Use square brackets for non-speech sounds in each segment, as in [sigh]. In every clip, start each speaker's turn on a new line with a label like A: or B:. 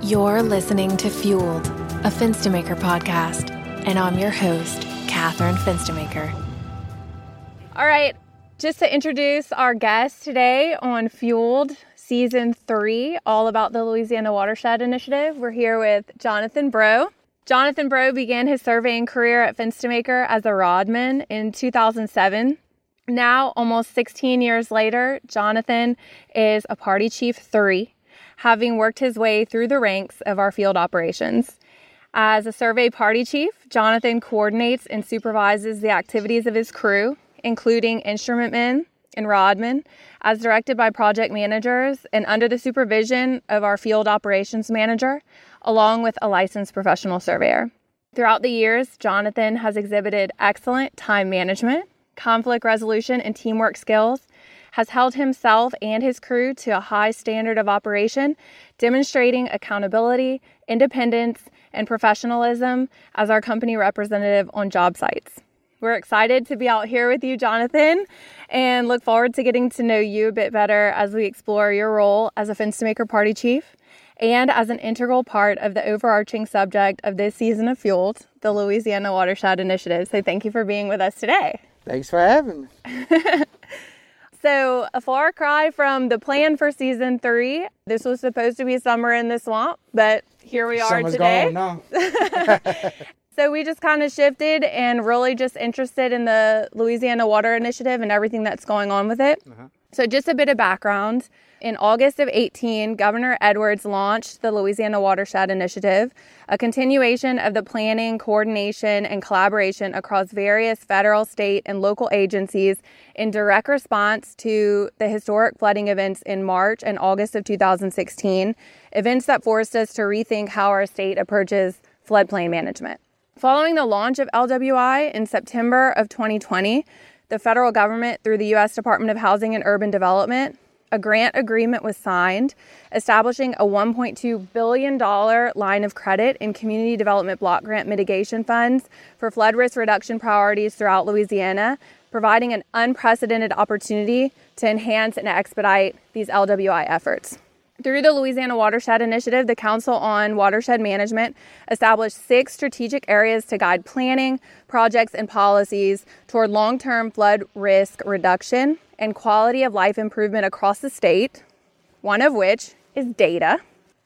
A: You're listening to Fueled, a Finstamaker podcast, and I'm your host, Katherine Finstamaker.
B: All right, just to introduce our guest today on Fueled Season 3, all about the Louisiana Watershed Initiative, we're here with Jonathan Bro. Jonathan Bro began his surveying career at Finstamaker as a rodman in 2007. Now, almost 16 years later, Jonathan is a Party Chief 3 having worked his way through the ranks of our field operations. As a survey party chief, Jonathan coordinates and supervises the activities of his crew, including instrument men and rodmen, as directed by project managers and under the supervision of our field operations manager, along with a licensed professional surveyor. Throughout the years, Jonathan has exhibited excellent time management, conflict resolution, and teamwork skills has held himself and his crew to a high standard of operation, demonstrating accountability, independence, and professionalism as our company representative on job sites. We're excited to be out here with you, Jonathan, and look forward to getting to know you a bit better as we explore your role as a Finstamaker Party Chief and as an integral part of the overarching subject of this season of Fueled, the Louisiana Watershed Initiative. So, thank you for being with us today.
C: Thanks for having me.
B: So, a far cry from the plan for season three. This was supposed to be summer in the swamp, but here we are
C: Summer's
B: today.
C: gone now.
B: So, we just kind of shifted and really just interested in the Louisiana Water Initiative and everything that's going on with it. So, just a bit of background. In August of 18, Governor Edwards launched the Louisiana Watershed Initiative, a continuation of the planning, coordination, and collaboration across various federal, state, and local agencies in direct response to the historic flooding events in March and August of 2016, events that forced us to rethink how our state approaches floodplain management. Following the launch of LWI in September of 2020, the federal government, through the U.S. Department of Housing and Urban Development, a grant agreement was signed establishing a $1.2 billion line of credit in community development block grant mitigation funds for flood risk reduction priorities throughout Louisiana, providing an unprecedented opportunity to enhance and expedite these LWI efforts. Through the Louisiana Watershed Initiative, the Council on Watershed Management established six strategic areas to guide planning, projects, and policies toward long term flood risk reduction and quality of life improvement across the state, one of which is data,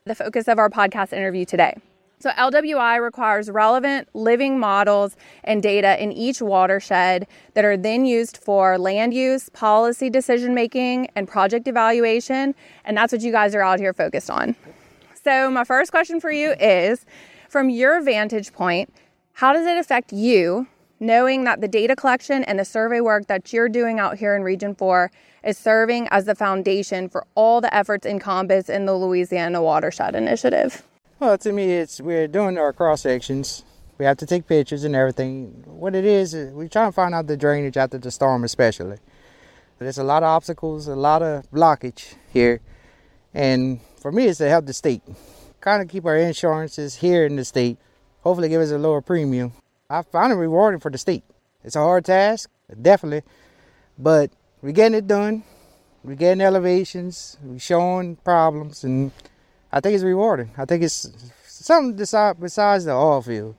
B: the focus of our podcast interview today. So, LWI requires relevant living models and data in each watershed that are then used for land use, policy decision making, and project evaluation. And that's what you guys are out here focused on. So, my first question for you is from your vantage point, how does it affect you knowing that the data collection and the survey work that you're doing out here in Region 4 is serving as the foundation for all the efforts in Compass in the Louisiana Watershed Initiative?
C: Well, to me, it's we're doing our cross sections. We have to take pictures and everything. What it is, is we try and find out the drainage after the storm, especially. There's a lot of obstacles, a lot of blockage here, and for me, it's to help the state. Kind of keep our insurances here in the state. Hopefully, give us a lower premium. I find it rewarding for the state. It's a hard task, definitely, but we're getting it done. We're getting elevations. We're showing problems, and I think it's rewarding. I think it's something desi- besides the oil field.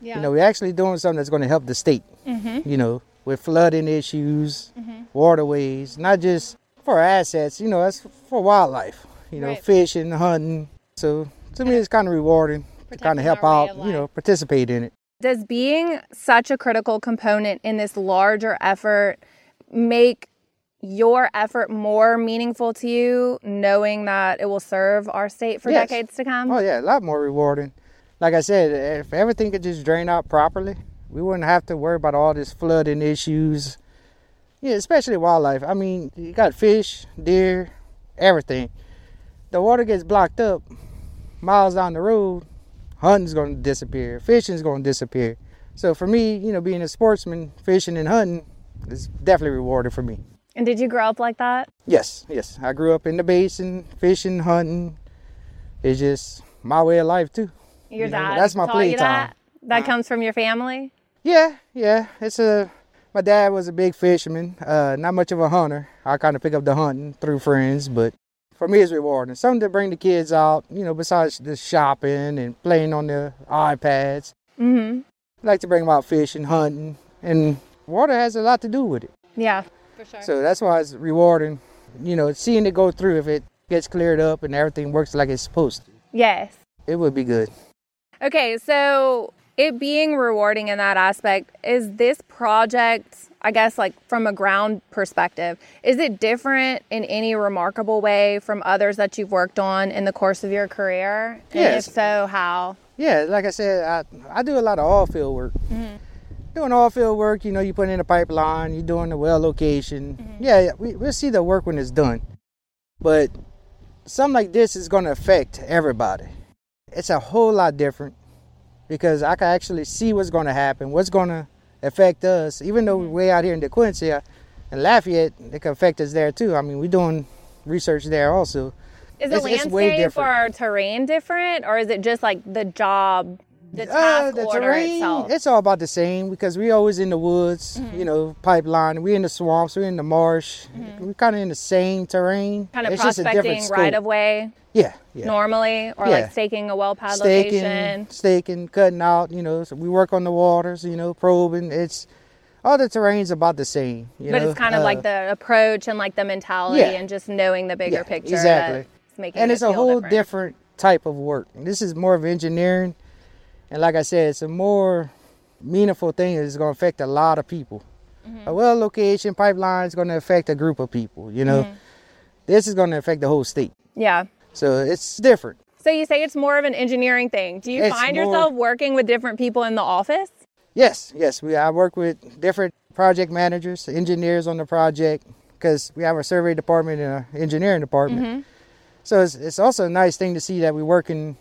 C: You know, we're actually doing something that's going to help the state. You know, with flooding issues, waterways, not just for assets. You know, that's for wildlife. You know,
B: Right.
C: fishing, hunting. So to me, it's kind of rewarding to kind of help out. You know, participate in it.
B: Does being such a critical component in this larger effort make your effort more meaningful to you, knowing that it will serve our state for
C: Yes.
B: decades to come?
C: Oh yeah, a lot more rewarding. Like I said, if everything could just drain out properly, we wouldn't have to worry about all this flooding issues. Yeah, especially wildlife. I mean, you got fish, deer, everything. The water gets blocked up miles down the road. Hunting's going to disappear. Fishing's going to disappear. So for me, you know, being a sportsman, fishing and hunting is definitely rewarding for me.
B: And did you grow up like that?
C: Yes, yes. I grew up in the basin, fishing, hunting. It's just my way of life too.
B: Your
C: You know,
B: dad
C: that's my
B: taught you
C: playtime. Uh-huh.
B: that? That comes from your family?
C: Yeah, yeah. It's a my dad was a big fisherman, uh, not much of a hunter. I kind of pick up the hunting through friends, but for me it's rewarding. Something to bring the kids out, you know, besides the shopping and playing on their iPads.
B: hmm
C: I like to bring them out fishing, hunting, and water has a lot to do with it.
B: Yeah. For sure.
C: So that's why it's rewarding, you know, seeing it go through if it gets cleared up and everything works like it's supposed to.
B: yes.
C: It would be good.
B: Okay, so it being rewarding in that aspect, is this project, I guess, like from a ground perspective, is it different in any remarkable way from others that you've worked on in the course of your career?
C: Yes.
B: And if so, how?
C: Yeah, like I said, I, I do a lot of oil field work.
B: Mm-hmm.
C: Doing oil field work, you know, you put in a pipeline, you're doing the well location.
B: Mm-hmm.
C: Yeah, yeah, we, we'll see the work when it's done. But something like this is going to affect everybody. It's a whole lot different because I can actually see what's going to happen, what's going to affect us. Even though
B: Mm-hmm.
C: we're way out here in De Quincy uh, and Lafayette, it can affect us there too. I mean, we're doing research there also.
B: Is
C: It's-
B: the
C: it's way
B: landscape
C: different.
B: or terrain different, or is it just like the job, the
C: Uh,
B: task order itself? Mm-hmm.
C: It's all about the same because we always in the woods, you know, pipeline. We in the swamps. We in the marsh. we kind of in the same terrain.
B: kind of
C: it's just a different
B: Mm-hmm. prospecting
C: scope.
B: right of way
C: Yeah, yeah.
B: normally, or
C: Yeah.
B: like staking a well pad
C: Staking,
B: location?
C: staking, cutting out. You know, so we work on the waters. You know, probing. It's all the terrain's about the same. You
B: but
C: know?
B: it's kind of
C: uh,
B: like the approach and like the mentality
C: Yeah.
B: and just knowing the bigger
C: Yeah,
B: picture
C: exactly.
B: that's making
C: and
B: it
C: it's a
B: feel
C: whole
B: different.
C: different. type of work. This is more of engineering, and like I said, it's a more meaningful thing. It's going to affect a lot of people.
B: Mm-hmm.
C: A well location pipeline is going to affect a group of people. You
B: Mm-hmm.
C: know, this is going to affect the whole state.
B: yeah
C: So it's different.
B: so you say it's more of an engineering thing do you
C: It's
B: find
C: more-
B: yourself working with different people in the office
C: Yes, yes. We I work with different project managers, engineers on the project, because we have a survey department and an engineering department.
B: Mm-hmm.
C: So it's, it's also a nice thing to see that we're working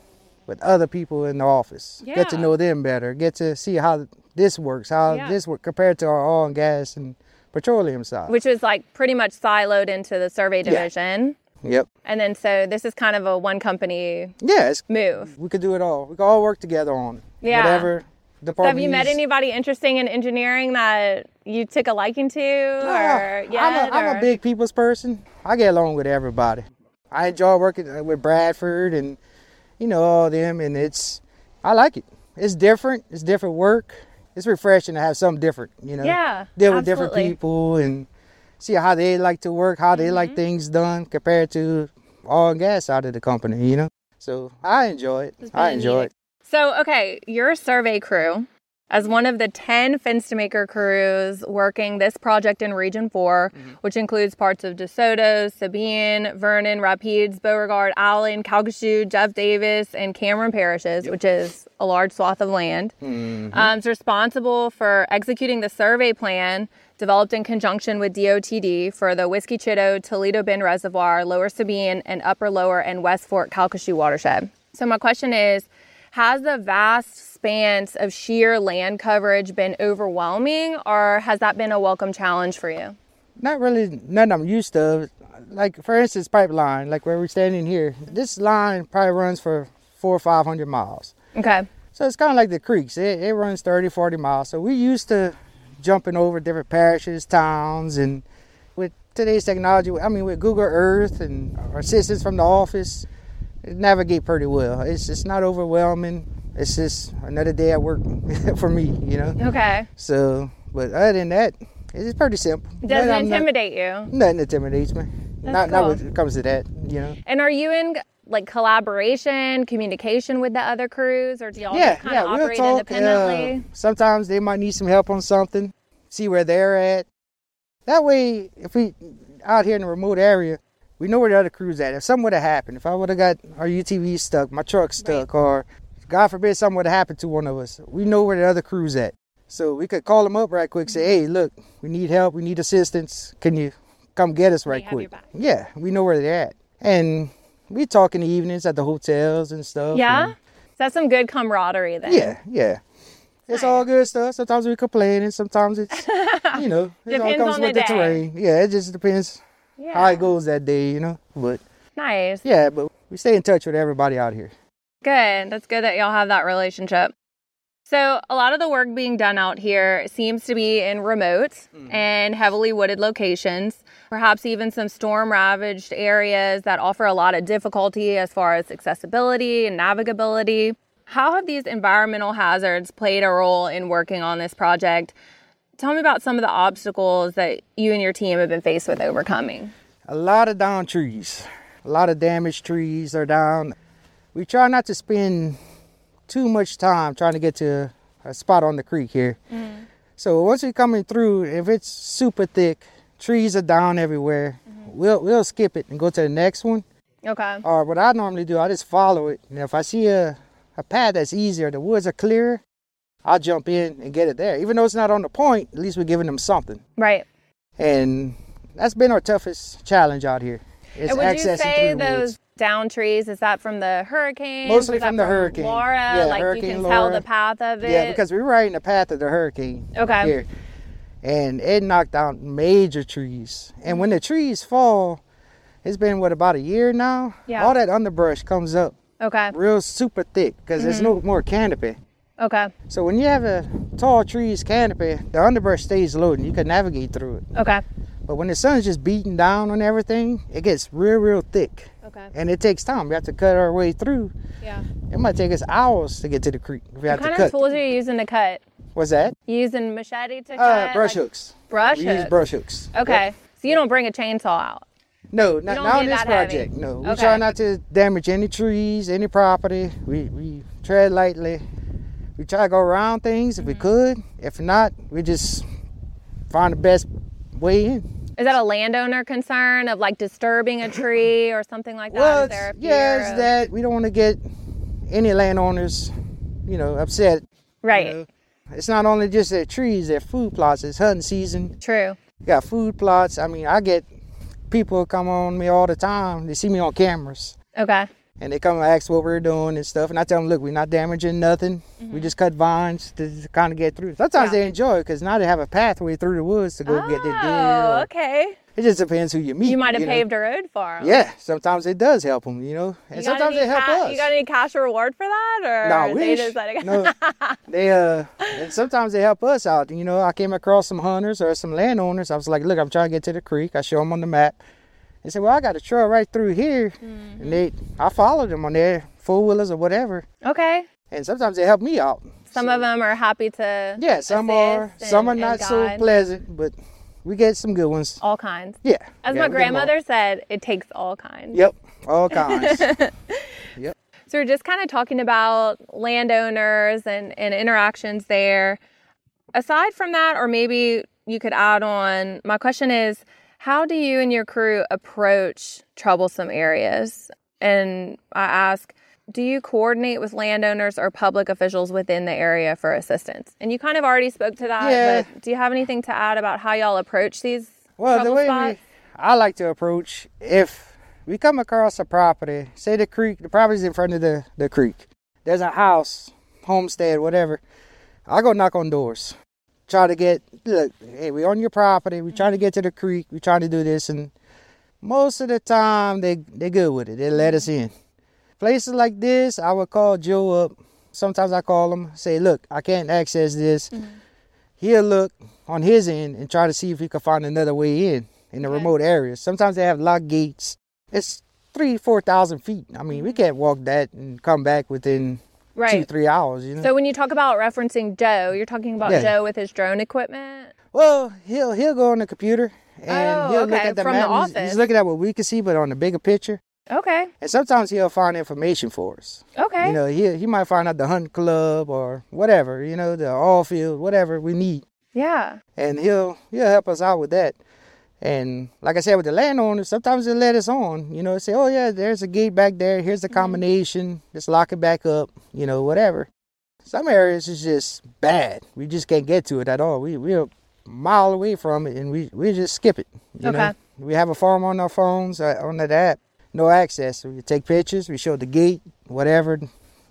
C: with other people in the office. Get to
B: Yeah.
C: know them better. Get to see how this works, how
B: Yeah.
C: this works compared to our oil and gas and petroleum side.
B: which was like pretty much siloed into the survey division
C: yep.
B: and then so this is kind of a one company
C: Yeah, it's,
B: move
C: we could do it all. We could all work together on
B: Yeah.
C: whatever
B: So
C: department.
B: have you met
C: use.
B: anybody interesting in engineering that you took a liking to
C: Ah,
B: or
C: I'm,
B: yet,
C: a, I'm
B: or-
C: a big people's person. I get along with everybody. I enjoy working uh, with Bradford and you know all them, and it's I like it. It's different. It's different work. It's refreshing to have something different. You know,
B: Yeah,
C: deal with different
B: absolutely.
C: people and see how they like to work, how they
B: Mm-hmm.
C: like things done compared to oil and gas out of the company. You know, so I enjoy it. I
B: been a
C: enjoy
B: neat
C: it.
B: So, okay, you're a survey crew. As one of the 10 fence to maker crews working this project in Region 4, which includes parts of DeSoto, Sabine, Vernon, Rapides, Beauregard, Allen, Calcasieu, Jeff Davis, and Cameron parishes, which is a large swath of land. Um, it's responsible for executing the survey plan developed in conjunction with DOTD for the Whiskey Chitto, Toledo Bend Reservoir, Lower Sabine, and Upper Lower and West Fork Calcasieu watershed. So, my question is Has the vast spans of sheer land coverage been overwhelming, or has that been a welcome challenge for you?
C: not really nothing I'm used to. Like for instance, pipeline, like where we're standing here, this line probably runs for four or five hundred miles.
B: Okay.
C: So it's kind of like the creeks. It, it runs 30, 40 miles. So we're used to jumping over different parishes, towns, and with today's technology, I mean, with Google Earth and our assistance from the office, it navigate pretty well. It's just not overwhelming. It's just another day at work [laughs] for me, you know.
B: Okay.
C: So, but other than that, it's pretty simple.
B: Does
C: Nothing
B: it
C: I'm not-
B: intimidate you?
C: Nothing intimidates me. not not when
B: cool.
C: it comes to that, you know.
B: And are you in like collaboration, communication with the other crews, or do y'all
C: yeah,
B: just kind
C: yeah,
B: of
C: we'll
B: operate
C: talk.
B: independently?
C: Uh, sometimes they might need some help on something. See where they're at. That way, if we out here in a remote area, we know where the other crew's at. If something would have happened, if I would have got our UTV stuck, my truck stuck, or God forbid something would have happened to one of us, we know where the other crew's at. So we could call them up right quick, say,
B: Mm-hmm.
C: "Hey, look, we need help. We need assistance. Can you come get us right
B: have your
C: quick?"
B: back.
C: Yeah, we know where they're at, and we talk in the evenings at the hotels and stuff. and-
B: Yeah. So that's some good camaraderie then.
C: yeah, yeah. It's all good stuff. Sometimes we complain, and sometimes
B: [laughs]
C: it's you know it all
B: Depends
C: comes
B: on
C: with
B: the
C: the,
B: day.
C: terrain. Yeah, it just depends
B: Yeah.
C: how it goes that day, you know. But
B: Nice.
C: yeah, but we stay in touch with everybody out here.
B: Good. That's good that y'all have that relationship. So, a lot of the work being done out here seems to be in remote and heavily wooded locations, perhaps even some storm ravaged areas that offer a lot of difficulty as far as accessibility and navigability. How have these environmental hazards played a role in working on this project? Tell me about some of the obstacles that you and your team have been faced with overcoming.
C: A lot of down trees, a lot of damaged trees are down. We try not to spend too much time trying to get to a spot on the creek here.
B: Mm-hmm.
C: So once we're coming through, if it's super thick, trees are down everywhere.
B: Mm-hmm.
C: We'll we'll skip it and go to the next one.
B: Okay.
C: Or what I normally do, I just follow it. And if I see a, a path that's easier, the woods are clearer, I'll jump in and get it there. Even though it's not on the point, at least we're giving them something.
B: Right.
C: And that's been our toughest challenge out here. It's
B: And would you
C: accessing
B: say
C: through the woods.
B: those down trees is that from the hurricane?
C: Mostly
B: Is that
C: from the hurricane.
B: Laura,
C: Yeah,
B: like you
C: Hurricane
B: can tell
C: Laura.
B: the path of it.
C: Yeah, because we were right in the path of the hurricane.
B: Okay.
C: Here. And it knocked down major trees. And when the trees fall, it's been what about a year now?
B: Yeah.
C: All that underbrush comes up
B: okay,
C: real super thick because there's
B: Mm-hmm.
C: no more canopy.
B: okay,
C: So when you have a tall trees canopy, the underbrush stays low and you can navigate through it.
B: okay,
C: But when the sun's just beating down on everything, it gets real, real thick.
B: okay.
C: And it takes time. We have to cut our way through.
B: Yeah.
C: It might take us hours to get to the creek. if We have
B: What kind
C: to
B: of
C: cut.
B: tools are you using to cut?
C: What's that?
B: You using machete to
C: Uh,
B: cut?
C: brush
B: Like-
C: hooks.
B: Brush
C: We
B: hooks.
C: use brush hooks.
B: Okay, so you don't bring a chainsaw out.
C: No, not,
B: don't
C: not on
B: get
C: this
B: that heavy.
C: project. No, we
B: Okay.
C: try not to damage any trees, any property. We we tread lightly. We try to go around things
B: Mm-hmm.
C: if we could. If not, we just find the best way in.
B: Is that a landowner concern of like disturbing a
C: [coughs]
B: tree or something like that? Is there
C: it's-
B: a fear
C: yeah, it's
B: of-
C: that we don't want to get any landowners, you know, upset.
B: right.
C: It's not only just their trees, their food plots. It's hunting season.
B: True.
C: got food plots. I mean, I get people come on me all the time. They see me on cameras
B: Okay.
C: and they come and ask what we're doing and stuff. And I tell them, look, we're not damaging nothing. We just cut vines to kind of get through. Sometimes
B: Mm-hmm. Yeah.
C: they enjoy it because now they have a pathway through the woods to go get their deer.
B: Oh,
C: or-
B: okay.
C: It just depends who you meet.
B: You might have
C: know.
B: paved a road for them.
C: Yeah, sometimes it does help them, you know, and
B: You got
C: sometimes
B: any
C: it help
B: ca-
C: us.
B: You got any cash reward for that, or
C: No, I
B: they
C: wish.
B: just let it go? [laughs]
C: no, they uh, and sometimes they help us out. You know, I came across some hunters or some landowners. I was like, look, I'm trying to get to the creek. I show them on the map. They said, well, I got a trail right through here, and they,
B: Mm-hmm.
C: I followed them on their four wheelers or whatever.
B: [laughs] Okay.
C: And sometimes they help me out.
B: Some of them are happy to.
C: Yeah, some are,
B: assist
C: some are
B: and-
C: not
B: and
C: so
B: guide.
C: pleasant, but we get some good ones.
B: All kinds.
C: Yeah.
B: As my
C: yeah, we get 'em all.
B: grandmother said, it takes all kinds.
C: Yep, all kinds.
B: So we're just kind of talking about landowners and, and interactions there. Aside from that, or maybe you could add on, my question is how do you and your crew approach troublesome areas? And I ask, do you coordinate with landowners or public officials within the area for assistance? And you kind of already spoke to that,
C: Yeah.
B: but do you have anything to add about how y'all approach these?
C: Well, the
B: trouble
C: way
B: spots?
C: we, I like to approach, if we come across a property, say the creek, the property's in front of the, the creek, there's a house, homestead, whatever, I go knock on doors. Try to get, look, hey, we on your property, we trying to get to the creek, we trying to do this, and most of the time they, they good with it, they let us in. Places like this, I would call Joe up. Sometimes I call him, say, look, I can't access this he'll look on his end and try to see if he can find another way in in the remote areas. Sometimes they have locked gates. It's three, four thousand feet. I mean, we can't walk that and come back within two,
B: Mm-hmm. Right.
C: three hours. You know.
B: So when you talk about referencing Joe, you're talking about
C: Yeah.
B: Joe with his drone equipment?
C: well, he'll he'll go on the computer and
B: Oh,
C: he'll look
B: okay,
C: at the
B: from the
C: map. He's- He's,
B: office.
C: looking at what we can see, but on the bigger picture.
B: Okay.
C: And sometimes he'll find information for us.
B: Okay.
C: You know, he he might find out the hunt club or whatever. You know, the all field, whatever we need.
B: yeah.
C: and he'll he'll help us out with that. And like I said, with the landowners, sometimes they let us on. You know, say, oh yeah, there's a gate back there. Here's
B: Mm-hmm.
C: the combination. Just lock it back up. You know, whatever. Some areas is just bad. We just can't get to it at all. We we're a mile away from it, and we we just skip it. You
B: Okay.
C: Know? We have a form on our phones uh, on that app. No access. We take pictures. We show the gate, whatever,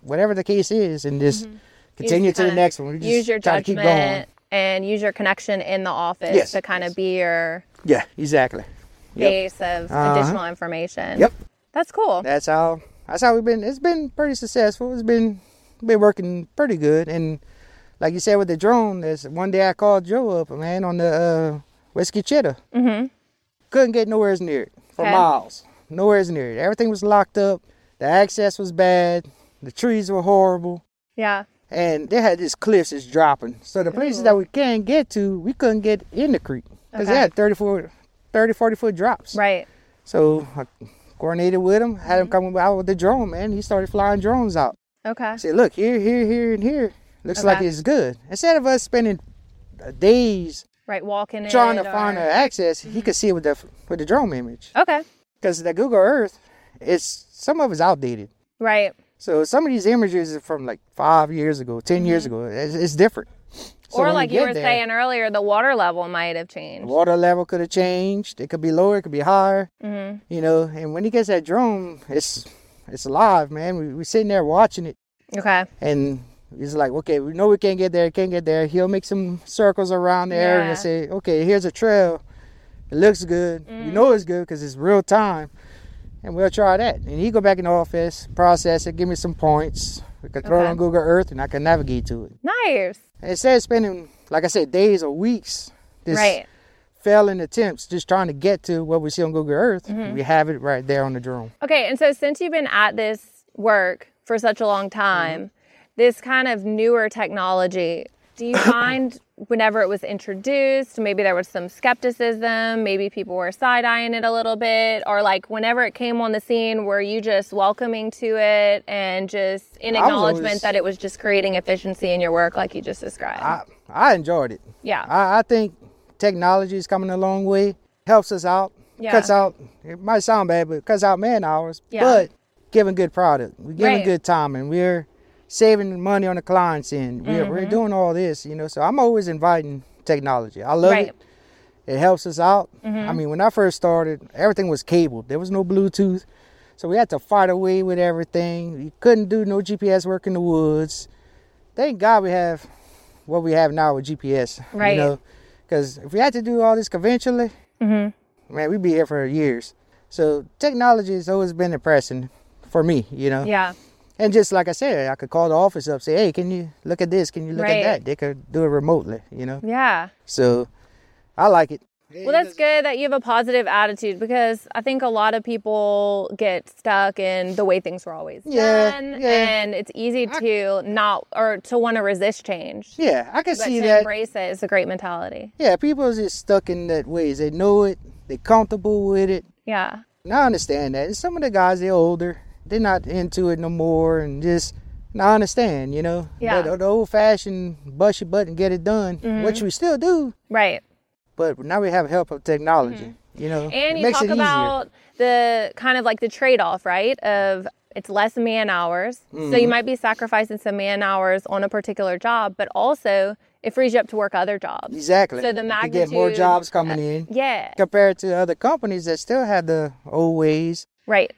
C: whatever the case is, and just
B: You just
C: continue to the
B: Mm-hmm. kinda
C: next one. We just
B: use your
C: try to keep going.
B: judgment and use your connection in the office
C: Yes,
B: to kind of be your
C: Yeah, exactly. Yep.
B: base of
C: Uh-huh.
B: additional information.
C: Yep.
B: That's cool.
C: that's how that's how we've been it's been pretty successful it's been been working pretty good and like you said with the drone, there's one day I called Joe up, man, on the uh, whiskey cheddar. Mm-hmm. Couldn't get nowhere near it for
B: Okay.
C: miles. Nowhere near it. Everything was locked up. The access was bad. The trees were horrible
B: Yeah.
C: and they had these cliffs that's dropping. So the places that we can't get to, we couldn't get in the creek because they
B: Okay.
C: had 30, 40, 30, 40 foot drops.
B: Right.
C: So I coordinated with him, had him
B: Mm-hmm.
C: come out with the drone, man. He started flying drones out.
B: Okay.
C: I said, look, here, here, here, and here. Looks like
B: Okay.
C: it's good. Instead of us spending uh, days
B: Right. Walking in.
C: trying to
B: or- Mm-hmm.
C: find an access, he could see it with the with the drone image.
B: Okay.
C: Because the Google Earth, it's some of it's outdated.
B: Right.
C: So some of these images are from like five years ago, 10 years ago. It's, it's different. So
B: Mm-hmm. or
C: when
B: like you
C: get
B: were
C: there,
B: saying earlier, the water level might have changed.
C: water level could have changed. It could be lower. It could be higher.
B: Mm-hmm.
C: You know, and when he gets that drone, it's it's live, man. We we sitting there watching it,
B: Okay.
C: and he's like, okay, we know we can't get there. Can't get there. He'll make some circles around the area
B: Yeah.
C: and say, okay, here's a trail. It looks good. We
B: Mm.
C: know it's good because it's real time. And we'll try that. And he go back in the office, process it, give me some points. We can throw it
B: Okay.
C: on Google Earth, and I can navigate to it.
B: Nice.
C: Instead of spending, like I said, days or weeks just
B: right.
C: failing attempts, just trying to get to what we see on Google Earth, we have it right there on the drone.
B: Okay. And so since you've been at this work for such a
C: Mm-hmm.
B: long time, this kind of newer technology, do
C: [coughs]
B: you find whenever it was introduced, maybe there was some skepticism, maybe people were side eyeing it a little bit, or like whenever it came on the scene, were you just welcoming to it and just in
C: was
B: acknowledgement
C: always-
B: that it was just creating efficiency in your work, like you just described?
C: I, I enjoyed it.
B: yeah.
C: I, I think technology is coming a long way, helps us out,
B: Yeah.
C: cuts out, it might sound bad, but it cuts out man hours,
B: Yeah.
C: but giving good product. We're giving
B: Right.
C: good time and we're saving money on the client's end. We're,
B: Mm-hmm.
C: we're doing all this, you know, so I'm always inviting technology. I love
B: right. Mm-hmm.
C: it. It helps us out. I mean, when I first started, everything was cabled. There was no Bluetooth. So we had to fight away with everything. You couldn't do no GPS work in the woods. Thank God we have what we have now with GPS.
B: Right.
C: You know, because if we had to do all this conventionally,
B: Mm-hmm.
C: man, we'd be here for years. So technology has always been impressive for me, you know.
B: Yeah.
C: And just like I said, I could call the office up, say, hey, can you look at this? Can you look
B: Right.
C: at that? They could do it remotely, you know.
B: Yeah.
C: So I like it.
B: Well, that's good that you have a positive attitude because I think a lot of people get stuck in the way things were always
C: Yeah,
B: done,
C: yeah.
B: and it's easy to not or to want to resist change.
C: Yeah, I can
B: But
C: see
B: to
C: that.
B: embrace it is a great mentality.
C: Yeah, people is just stuck in that ways. They know it. They comfortable with it.
B: Yeah.
C: And I understand that. And some of the guys, they're older. They're not into it no more, and just. And I understand, you know.
B: Yeah. Mm-hmm.
C: But the old-fashioned bust your butt and get it done, which we still do.
B: Right.
C: But now we have help of technology. You know,
B: Mm-hmm. And
C: it
B: you
C: makes
B: talk
C: it easier.
B: about the kind of like the trade off, right? Of it's less man hours. So
C: Mm-hmm.
B: you might be sacrificing some man hours on a particular job, but also it frees you up to work other jobs.
C: exactly.
B: So the
C: you get more
B: magnitude-
C: jobs coming in
B: Yeah.
C: compared to other companies that still have the old ways.
B: Right.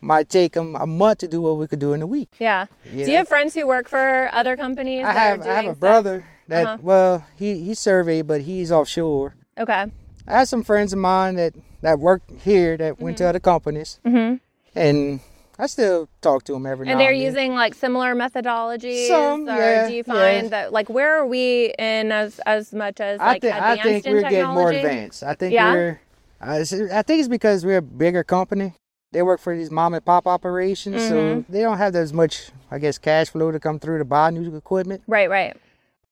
C: Might take them a month to do what we could do in a week.
B: Yeah. Do you have friends who work for other companies?
C: I
B: that are
C: have I have
B: doing
C: a
B: stuff? Uh-huh.
C: brother that well he he surveyed but he's offshore.
B: Okay.
C: I have some friends of mine that that work here that went to other companies, mm-hmm. and I still talk to them every now
B: And they're
C: then.
B: using like similar methodologies,
C: Some,
B: or
C: yeah,
B: do
C: yeah.
B: you find that like where are we in as as much as
C: I
B: like
C: think I
B: advanced
C: think
B: in
C: we're getting more
B: technology?
C: advanced. I think
B: Yeah?
C: we're I, s- I think it's because we're a bigger company. They work for these mom and pop operations, so
B: Mm-hmm.
C: they don't have as much I guess cash flow to come through to buy new equipment.
B: Right, right.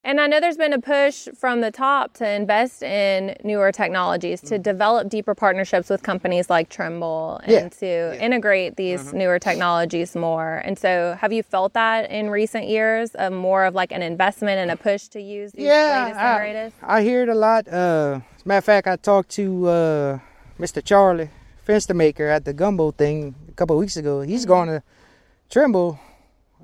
B: And I know there's been a push from the top to invest in newer technologies,
C: Mm-hmm.
B: to develop deeper partnerships with companies like Trimble, and
C: Yeah, Mm-hmm.
B: to integrate these newer technologies more. And so, have you felt that in recent years, of more of like an investment and a push to use these latest and
C: yeah,
B: greatest?
C: I, I hear it a lot. Uh, as a matter of fact, I talked to uh, Mr. Charlie Fenstermaker at the gumbo thing a couple of weeks ago. He's
B: Mm-hmm.
C: going to Trimble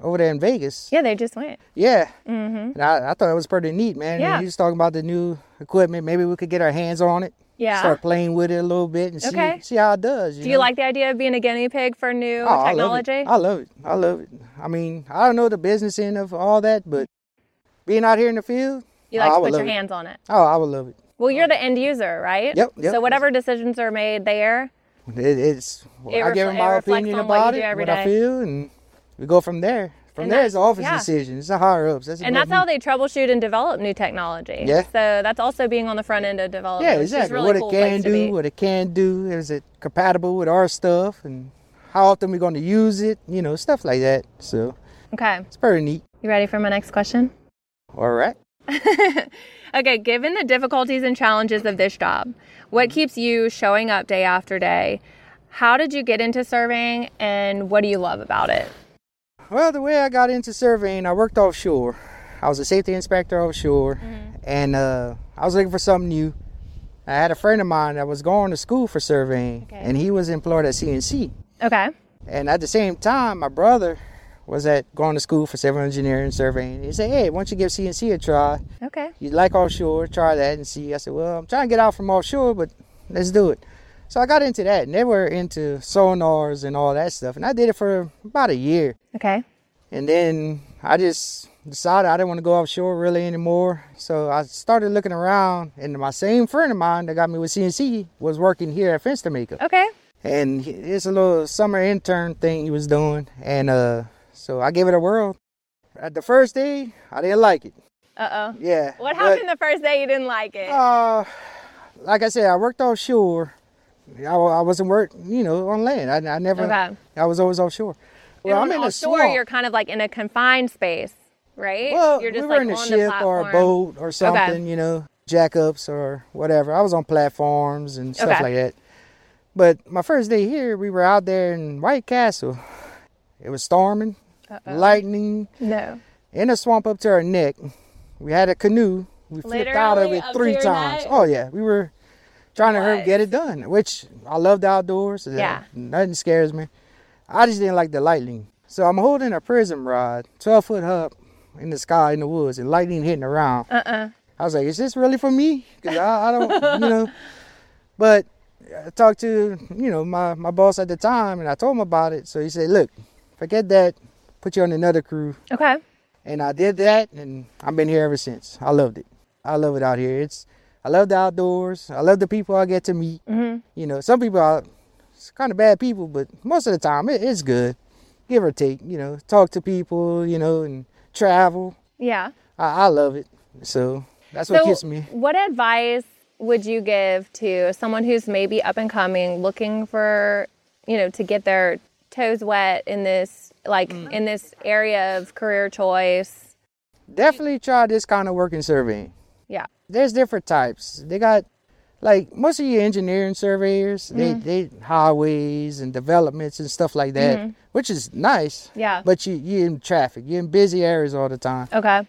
C: over there in Vegas.
B: Yeah, they just went.
C: Yeah, mm-hmm. and I, I thought it was pretty neat, man. And
B: Yeah.
C: he was talking about the new equipment. Maybe we could get our hands on it.
B: Yeah.
C: Start playing with it a little bit and
B: Okay.
C: see see how it does.
B: Do you like the idea of being a guinea pig for new
C: Oh,
B: technology?
C: I love it. I love it. I love it. I mean, I don't know the business end of all that, but being out here in the field,
B: you like
C: I
B: to
C: would
B: put your
C: love it.
B: hands on it.
C: Oh, I would love it.
B: Well, you're the end user, right?
C: Yep, yep.
B: So whatever decisions are made there,
C: It, it's
B: It
C: I
B: refle-
C: give them
B: it
C: my
B: reflects
C: opinion
B: on what you
C: about
B: do
C: it,
B: every
C: what I
B: day.
C: feel, and we go from there. From
B: And
C: there,
B: that-
C: it's the office
B: yeah.
C: decision. It's the higher ups. That's
B: And
C: above
B: that's how
C: me.
B: they troubleshoot and develop new technology.
C: Yeah.
B: So that's also being on the front end of development.
C: Yeah,
B: which is
C: exactly.
B: really
C: what
B: cool
C: it can
B: place to be.
C: do, what it can do, is it compatible with our stuff, and how often we're going to use it, you know, stuff like that. So
B: Okay.
C: it's pretty neat.
B: You ready for my next question?
C: All right.
B: Okay, given the difficulties and challenges of this job, what keeps you showing up day after day? How did you get into serving and what do you love about it?
C: Well, the way I got into surveying, I worked offshore. I was a safety inspector offshore,
B: Mm-hmm.
C: and uh, I was looking for something new. I had a friend of mine that was going to school for surveying,
B: Okay.
C: and he was employed at CNC.
B: Okay.
C: And at the same time, my brother was at going to school for civil engineering and surveying. He said, "Hey, why don't you give CNC a try?
B: Okay.
C: You like offshore? Try that and see." I said, "Well, I'm trying to get out from offshore, but let's do it." So I got into that, and they were into sonars and all that stuff, and I did it for about a year.
B: Okay.
C: And then I just decided I didn't want to go offshore really anymore. So I started looking around, and my same friend of mine that got me with CNC was working here at Finstermaker.
B: Okay.
C: And he- it's a little summer intern thing he was doing. And uh, so I gave it a whirl. At the first day, I didn't like it.
B: Uh oh.
C: Yeah.
B: What
C: but-
B: happened the first day you didn't like it?
C: uh, like I said, I worked offshore. I, wa- I wasn't work, you know, on land. I, I never.
B: Okay.
C: I was always offshore. Well,
B: And on
C: I'm in a
B: offshore,
C: swamp.
B: you're kind of like in a confined space, right?
C: Well,
B: you're
C: we were in a ship or a boat or something, you know, jack ups or whatever. I was on platforms and stuff
B: Okay.
C: like that. But my first day here, we were out there in White Castle. It was storming, lightning,
B: No.
C: in a swamp up to our neck. We had a canoe. We flipped out of
B: Literally
C: it
B: up to
C: three
B: your
C: times.
B: neck?
C: Oh yeah, we were trying to hurry
B: What?
C: get it done, which I loved outdoors.
B: Yeah.
C: nothing scares me. I just didn't like the lightning. So I'm holding a prism rod, 12 foot up, in the sky in the woods, and lightning hitting around. Uh
B: Uh-uh.
C: uh I was like, is this really for me? Because I, I don't,
B: [laughs]
C: you know. But I talked to you know my my boss at the time, and I told him about it. So he said, look, forget that. Put you on another crew.
B: Okay.
C: And I did that, and I've been here ever since. I loved it. I love it out here. It's I love the outdoors. I love the people I get to meet. You know, some people are kind of bad people, but most of the time it, it's good, give or take. You know, talk to people. You know, and travel.
B: Yeah.
C: I, I love it. So that's what keeps me.
B: What advice would you give to someone who's maybe up and coming, looking for, you know, to get their toes wet in this, like
C: Mm.
B: in this area of career choice?
C: Definitely try this kind of work in surveying.
B: Yeah.
C: there's different types. They got like most of your engineering surveyors,
B: Mm-hmm.
C: they, they highways and developments and stuff like that, which is nice.
B: Mm-hmm. Yeah.
C: But you you in traffic, you're in busy areas all the time.
B: Okay.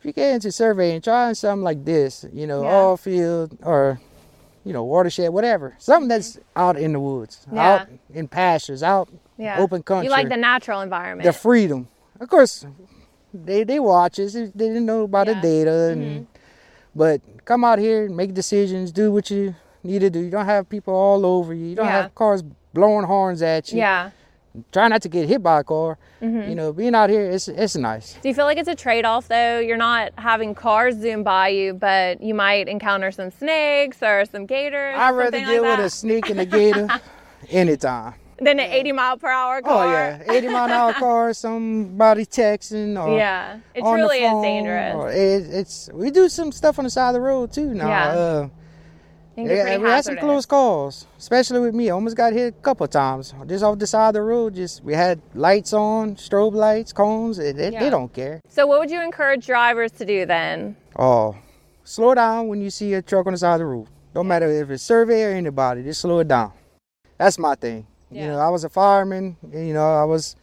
C: If you get into surveying, trying something like this, you know,
B: Yeah.
C: oil field or you know, watershed, whatever. Something that's out in the woods,
B: Mm-hmm. Yeah.
C: out in pastures, out
B: Yeah.
C: open country
B: You like the natural environment.
C: the freedom. Of course, they they watch us. They didn't know about
B: Yeah. Mm-hmm.
C: the data, and but come out here and make decisions. Do what you need to do. You don't have people all over you. You don't
B: Yeah.
C: have cars blowing horns at you.
B: yeah. Mm-hmm.
C: Try not to get hit by a car. You know, being out here, it's it's nice.
B: Do you feel like it's a trade off though? You're not having cars zoom by you, but you might encounter some snakes or some gators.
C: I'd rather
B: something
C: deal
B: like
C: with a
B: that,
C: snake and a
B: [laughs]
C: gator anytime.
B: than an 80 mile per hour car.
C: Oh yeah, eighty mile an hour car, somebody texting or
B: Yeah. It
C: on the
B: truly is
C: phone,
B: dangerous.
C: or It, it's we do some stuff on the side of the road too now.
B: Yeah.
C: Uh,
B: I think it's
C: Yeah,
B: pretty
C: we had some
B: hazardous.
C: close calls, especially with me. I almost got hit a couple of times. Just off the side of the road, just we had lights on, strobe lights, cones. They, they,
B: Yeah.
C: they don't care.
B: So, what would you encourage drivers to do then?
C: Oh, slow down when you see a truck on the side of the road. Don't matter if it's survey or anybody, just slow it down. That's my thing.
B: Yeah.
C: You know, I was a fireman. and, You know, I was,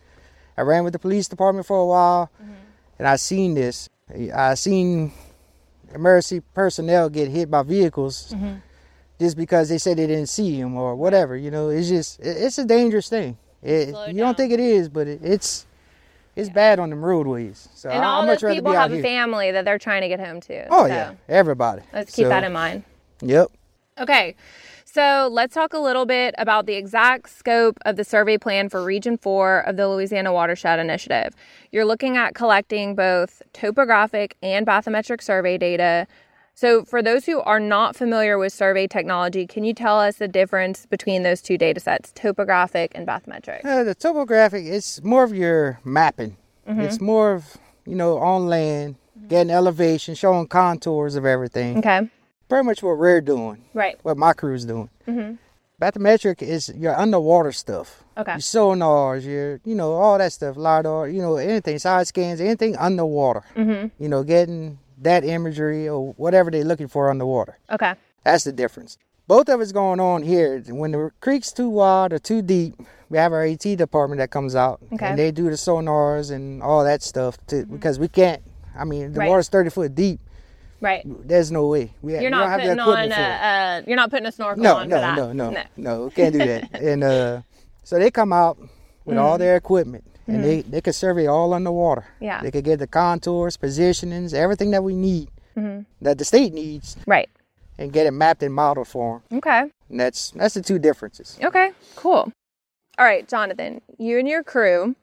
C: I ran with the police department for a while,
B: Mm-hmm.
C: and I seen this. I seen emergency personnel get hit by vehicles
B: Mm-hmm.
C: just because they said they didn't see them or whatever. You know, it's just it, it's a dangerous thing. It,
B: Slow
C: you
B: down.
C: don't think it is, but it, it's it's bad on them roadways. So
B: And
C: I,
B: all
C: I'd
B: those
C: much rather
B: people
C: be out
B: have a
C: here.
B: family that they're trying to get home to.
C: Oh
B: So,
C: yeah, everybody.
B: Let's keep
C: So,
B: that in mind.
C: Yep.
B: Okay. So let's talk a little bit about the exact scope of the survey plan for Region 4 of the Louisiana Watershed Initiative. You're looking at collecting both topographic and bathymetric survey data. So, for those who are not familiar with survey technology, can you tell us the difference between those two data sets, topographic and bathymetric?
C: Uh, the topographic it's more of your mapping.
B: Mm-hmm.
C: It's more of, you know, on land, getting elevation, showing contours of everything.
B: Okay.
C: Pretty much what we're doing,
B: Right.
C: what my crew's doing. Bathymetric is your underwater stuff.
B: Mm-hmm. Okay.
C: Your sonars, your, you know, all that stuff, LIDAR, you know, anything, side scans, anything underwater. Mm-hmm. You know, getting that imagery or whatever they're looking for underwater.
B: Okay.
C: That's the difference. Both of it's going on here. When the creek's too wide or too deep, we have our AT department that comes out
B: Okay. Mm-hmm.
C: and they do the sonars and all that stuff to, because we can't. I mean, the
B: Right.
C: water's 30 foot deep.
B: Right.
C: There's no way. We, we
B: You're not
C: don't have the
B: putting
C: equipment
B: on a,
C: for it.
B: uh, you're not putting a snorkel
C: no,
B: on
C: no,
B: for that.
C: no, no, no, we can't do
B: [laughs]
C: that. and uh, so they come out with
B: Mm.
C: all their equipment and they, they can survey all underwater.
B: Mm-hmm. Yeah.
C: They could get the contours, positionings, everything that we need,
B: Mm-hmm.
C: that the state needs,
B: Right.
C: and get it mapped and modeled for 'em.
B: Okay.
C: And that's that's the two differences.
B: Okay, cool. All right, Jonathan, you and your crew,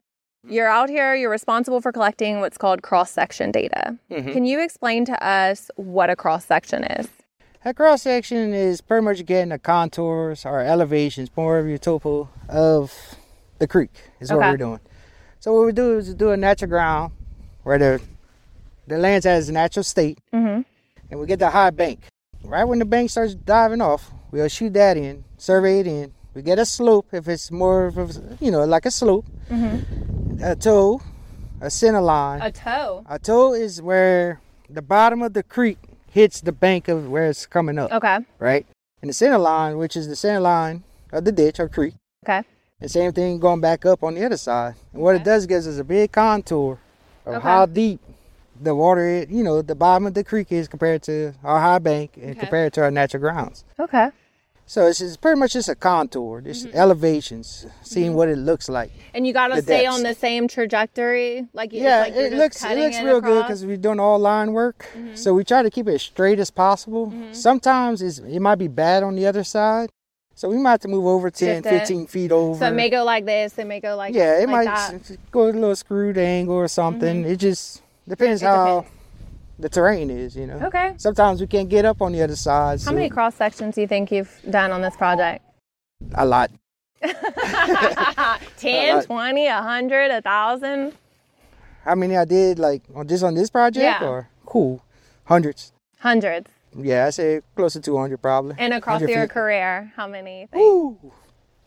B: you're out here, you're responsible for collecting what's called cross section data.
C: Mm-hmm.
B: Can you explain to us what a cross section is?
C: That cross section is pretty much getting the contours or elevations, more of your topo of the creek is what
B: Okay.
C: we're doing. So what we do is do a natural ground where the the land's at its natural state,
B: Mhm.
C: and we get the high bank. Right when the bank starts diving off, we'll shoot that in, survey it in. We get a slope if it's more of a, you know like a slope, a toe, a center line.
B: toe.
C: A toe is where the bottom of the creek hits the bank of where it's coming up,
B: Okay,
C: right? And the center line, which is the center line of the ditch or creek,
B: okay,
C: and same thing going back up on the other side. And what it does gives us a big contour of
B: Okay.
C: how deep the water, is, you know, the bottom of the creek is compared to our high bank and compared to our natural grounds.
B: okay.
C: So it's, it's pretty much just a contour, just
B: Mm-hmm.
C: elevations, seeing what it looks like.
B: And you got to
C: The
B: stay
C: depths.
B: on the same trajectory? Like, it's
C: yeah,
B: like you're
C: it
B: just
C: looks it
B: cutting
C: looks real good
B: across? Mm-hmm.
C: because we're doing all line work, so we try to keep it as straight as possible. Sometimes it's, it might be bad on the other side, so we might have to move over 10,
B: Shift it.
C: 15 feet over.
B: So it may go like this, it may go like
C: yeah, it
B: like
C: might
B: that. Mm-hmm.
C: s- go a little screwed angle or something. It just depends how the terrain is, you know.
B: Okay.
C: Sometimes we can't get up on the other side.
B: How
C: so
B: many cross sections do you think you've done on this project?
C: A lot.
B: 10, 20,
C: lot.
B: 100, 1,000?
C: How many I did like on just on this project
B: Yeah.
C: or cool, hundreds.
B: Hundreds.
C: Yeah, I say close to two hundred probably.
B: And across
C: 100
B: your
C: feet.
B: career, how many? Like,
C: Ooh,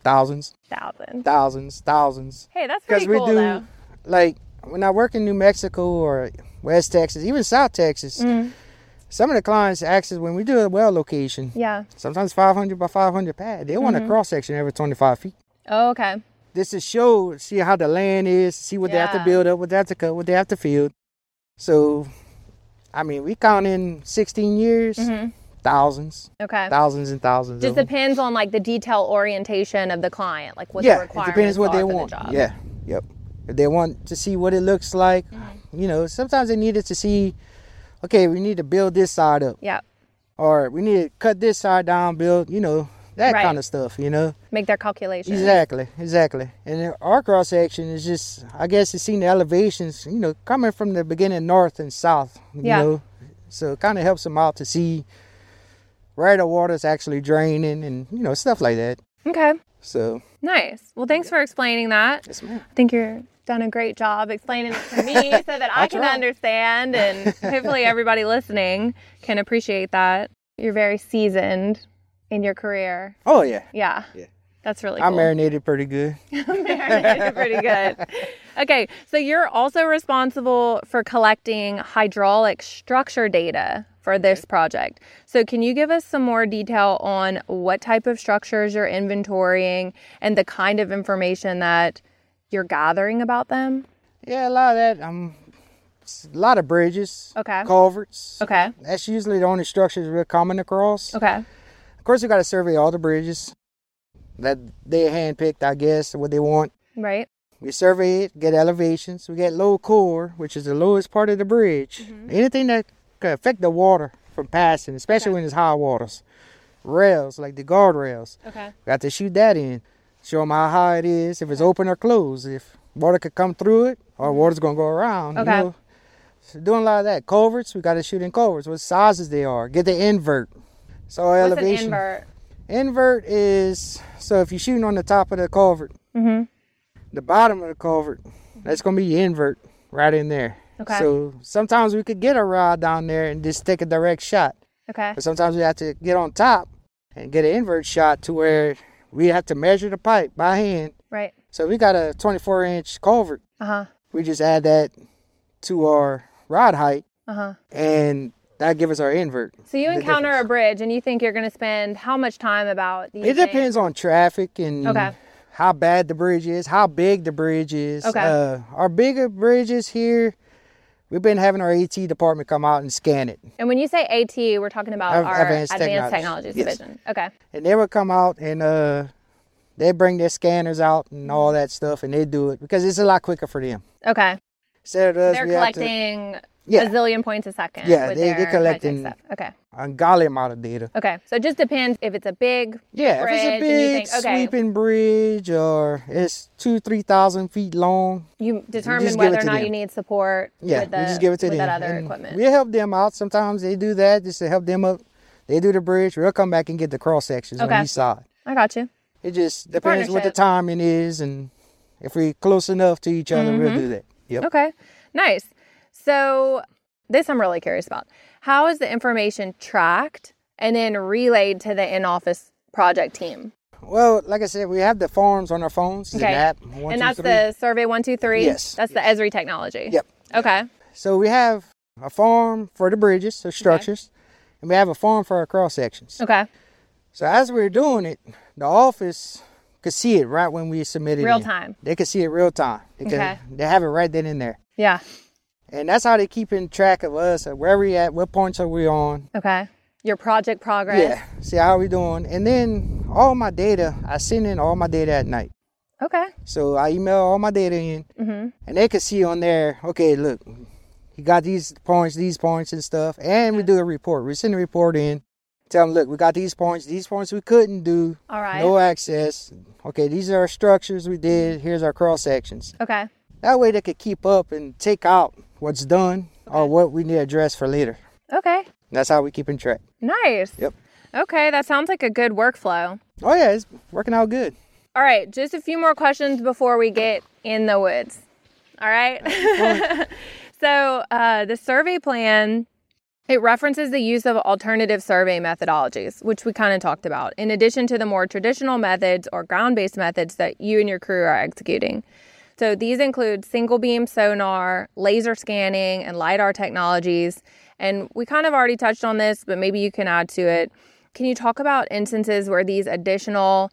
C: thousands.
B: Thousands.
C: thousands, thousands.
B: Hey, that's
C: Because
B: pretty cool
C: we do,
B: though.
C: like, when I work in New Mexico or West Texas, even South Texas,
B: Mm.
C: some of the clients ask us when we do a well location,
B: Yeah. Mm-hmm.
C: sometimes 500 by 500 pad, they want a cross section every 25 feet.
B: Oh, okay.
C: This is show, see how the land is, see what they have
B: Yeah.
C: to build up, what they have to cut, what they have to field. So, I mean, we count in 16 years, thousands,
B: Okay.
C: thousands and thousands.
B: Mm-hmm. Just
C: of 'em.
B: depends on like the detail orientation of the client, like what the
C: yeah, it
B: requirements
C: depends what
B: are
C: they
B: for
C: want.
B: the job.
C: Yeah, yep. If they want to see what it looks like,
B: Mm-hmm.
C: you know, sometimes they needed to see, okay, we need to build this side up,
B: Yeah.
C: or we need to cut this side down, build, you know, that
B: Right.
C: kind of stuff, you know.
B: Make their calculations.
C: Exactly, exactly. And then our cross section is just, I guess, it's seen the elevations, you know, coming from the beginning north and south, you
B: Yeah.
C: know, so it kind of helps them out to see where the water's actually draining and you know stuff like that.
B: Okay.
C: So,
B: Nice. Well, thanks for explaining that.
C: yes, ma'am.
B: I think you're done a great job explaining it to me
C: [laughs]
B: so that I,
C: I
B: can
C: try.
B: understand
C: [laughs]
B: and hopefully everybody listening can appreciate that. You're very seasoned in your career.
C: Oh yeah.
B: Yeah. That's really
C: I
B: cool. [laughs]
C: marinated pretty good.
B: marinated pretty good. Okay, so you're also responsible for collecting hydraulic structure data for this project. So, can you give us some more detail on what type of structures you're inventorying and the kind of information that you're gathering about them?
C: Yeah, a lot of that. Um, s- a lot of bridges.
B: Okay.
C: Culverts.
B: Okay.
C: That's usually the only structures we're coming across.
B: Okay.
C: Of course, we got to survey all the bridges that they handpicked, I guess, what they want.
B: Right.
C: We survey it, get elevations. We get low core, which is the lowest part of the bridge.
B: Mm-hmm.
C: Anything that could affect the water from passing, especially when it's high waters. Rails, like the guardrails.
B: Okay.
C: We have to shoot that in. Show them how high it is, if it's open or closed, if water could come through it or water's gonna go around.
B: Okay.
C: You know? So doing a lot of that. Culverts, we gotta shoot in culverts, what sizes they are. Get the invert. So
B: What's an
C: elevation.
B: invert?
C: Invert is so if you're
B: Mm-hmm.
C: shooting on the top of the culvert, the bottom of the culvert, that's gonna be your invert. right in there.
B: Okay.
C: So sometimes we could get a rod down there and just take a direct shot.
B: Okay.
C: But sometimes we have to get on top and get an invert shot to where we have to measure the pipe by hand.
B: Right.
C: So we got a 24 inch culvert.
B: Uh huh.
C: We just add that to our rod height
B: Uh huh.
C: and that gives us our invert.
B: So you
C: The
B: encounter
C: difference.
B: a bridge and you think you're going to spend how much time about these?
C: It depends on traffic and
B: Okay.
C: how bad the bridge is, how big the bridge is.
B: Okay.
C: Uh, our bigger bridges here, we've been having our AT department come out and scan it.
B: And when you say AT, we're talking about
C: Av-
B: our
C: advanced
B: advanced,
C: technologies.
B: technologies,
C: Yes.
B: division. Okay.
C: And they would come out and uh, they bring their scanners out and
B: Mm-hmm.
C: all that stuff and they do it because it's a lot quicker for them.
B: Okay.
C: Instead of us,
B: They're
C: we have to-
B: collecting
C: Yeah.
B: a zillion points a second.
C: Yeah,
B: with
C: they- they're
B: their
C: collecting-
B: project stuff. Okay.
C: a golly amount of data.
B: Okay. So it just depends if it's a big.
C: Yeah, if it's a
B: bridge and you
C: big
B: think, okay.
C: sweeping bridge or it's two, three thousand feet long,
B: You
C: give
B: determine
C: it
B: whether or
C: to
B: not
C: them.
B: you need support
C: yeah,
B: with, the,
C: we just give it to
B: with
C: them.
B: that other
C: And
B: equipment.
C: We help them out. Sometimes they do that just to help them up. They do the bridge. We'll come back and get the cross sections
B: Okay.
C: on each side.
B: I got you.
C: It just depends what the
B: partnership.
C: timing is, and if we're close enough to each other,
B: Mm-hmm.
C: we'll do that. Yep.
B: Okay. Nice. So this I'm really curious about. How is the information tracked and then relayed to the in-office project team?
C: Well, like I said, we have the forms on our phones. It's an
B: Okay.
C: app. one,
B: and
C: two,
B: that's
C: three.
B: the survey one two three.
C: Yes.
B: That's the Esri technology.
C: Yep.
B: Okay.
C: So we have a form for the bridges or structures, and we have a form for our cross sections.
B: Okay.
C: So as we were doing it, the office could see it right when we submitted.
B: Real
C: it.
B: time.
C: They could see it real time. They, could,
B: Okay.
C: they have it right then and there.
B: Yeah.
C: And that's how they keep in track of us, of where we at, what points are we on.
B: Okay. Your project progress.
C: Yeah. See how we doing. And then all my data, I send in all my data at night.
B: Okay.
C: So I email all my data in,
B: Mm-hmm.
C: and they could see on there. Okay, look, you got these points, these points, and stuff. And we do a report. We send a report in. Tell them, look, we got these points, these points we couldn't do.
B: All right.
C: No access. Okay, these are our structures we did.
B: Mm-hmm.
C: Here's our cross sections.
B: Okay.
C: That way they could keep up and take out what's done or what we need to address for later.
B: Okay.
C: That's how we keep in track.
B: Nice.
C: Yep.
B: Okay, that sounds like a good workflow.
C: Oh yeah, it's working out good.
B: All right, just a few more questions before we get in the woods. All right. [laughs] so uh, the survey plan it references the use of alternative survey methodologies, which we kind of talked about, in addition to the more traditional methods or ground-based methods that you and your crew are executing. So these include single beam sonar, laser scanning, and lidar technologies. And we kind of already touched on this, but maybe you can add to it. Can you talk about instances where these additional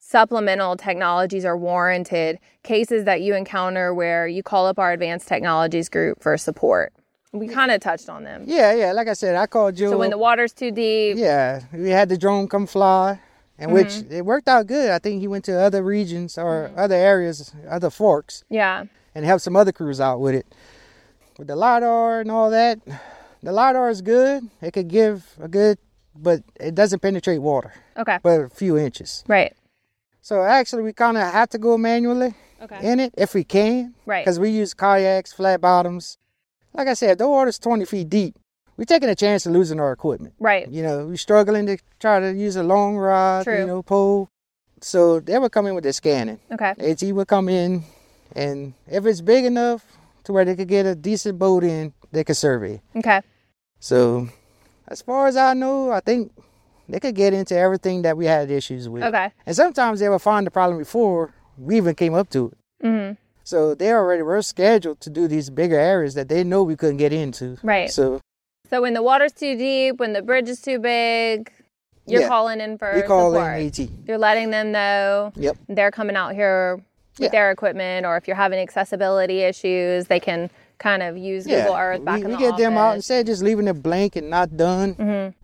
B: supplemental technologies are warranted, cases that you encounter where you call up our advanced technologies group for support. We kind of touched on them.
C: Yeah, yeah. Like I said, I called you.
B: So when the water's too deep,
C: Yeah, we had the drone come fly, and which
B: Mm-hmm.
C: it worked out good. I think he went to other regions or other areas, other forks,
B: yeah,
C: and helped some other crews out with it. With the lidar and all that, the lidar is good. It could give a good, but it doesn't penetrate water,
B: okay,
C: but a few inches.
B: right,
C: So actually, we kind of have to go manually
B: Okay.
C: in it if we can,
B: Right.
C: Because we use kayaks, flat bottoms. Like I said, if the water's 20 feet deep. We're taking a chance of losing our equipment.
B: right,
C: You know, we're struggling to try to use a long rod, you
B: True.
C: know, pole. So they would come in with the scanning.
B: okay,
C: AT would come in, and if it's big enough to where they could get a decent boat in, they could survey.
B: okay,
C: So, as far as I know, I think they could get into everything that we had issues with.
B: okay,
C: And sometimes they would find the problem before we even came up to it.
B: mm-hmm.
C: So they already were scheduled to do these bigger areas that they know we couldn't get into.
B: Right.
C: So
B: So when the water's too deep, when the bridge is too big, you're
C: Yeah.
B: calling in for
C: we call in
B: support.
C: AT.
B: You're letting them know
C: Yep.
B: they're coming out here with
C: Yeah.
B: their equipment, or if you're having accessibility issues, they can kind of use Google Earth back
C: we,
B: in
C: we
B: the
C: get them out
B: office. Mm-hmm.
C: instead of just leaving it blank and not done.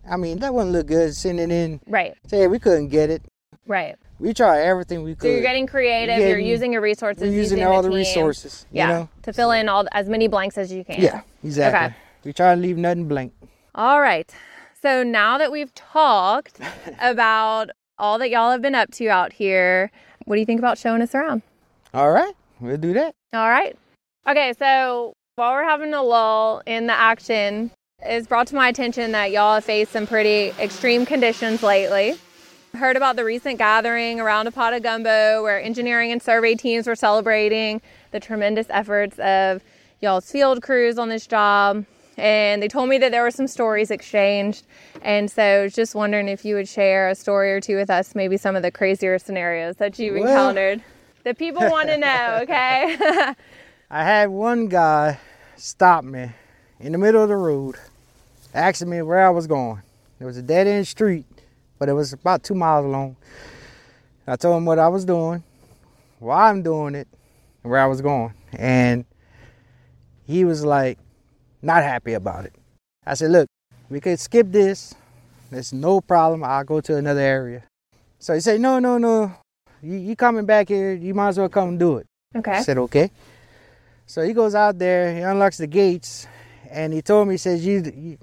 C: I mean, that wouldn't look good sending in.
B: Right,
C: Say we couldn't get it.
B: right.
C: We try everything we could.
B: So you're getting creative.
C: You're
B: You're
C: getting-
B: using your resources.
C: We're using, all the resources.
B: Yeah,
C: You know?
B: to fill in all as many blanks as you can.
C: Yeah. Exactly.
B: Okay.
C: We try to leave nothing blank.
B: All right. So now that we've
C: [laughs]
B: talked about all that y'all have been up to out here, what do you think about showing us around?
C: All right. We'll do that.
B: All right. Okay, so while we're having a lull in the action, it's brought to my attention that y'all have faced some pretty extreme conditions lately. Heard about the recent gathering around a pot of gumbo where engineering and survey teams were celebrating the tremendous efforts of y'all's field crews on this job. And they told me that there were some stories exchanged. And so I was just wondering if you would share a story or two with us, maybe some of the crazier scenarios that you've
C: Well-
B: encountered. The people want to know, okay?
C: I had one guy stop me in the middle of the road, asking me where I was going. There was a dead end street, but it was about two miles long. I told him what I was doing, why I'm doing it, and where I was going. And he was like, not happy about it. I said, Look, we could skip this. There's no problem. I'll go to another area. So he said, No, no, no. You, you coming back here. You might as well come and do it. I
B: okay.
C: said, okay. So he goes out there, he unlocks the gates, and he told me, he says, you, you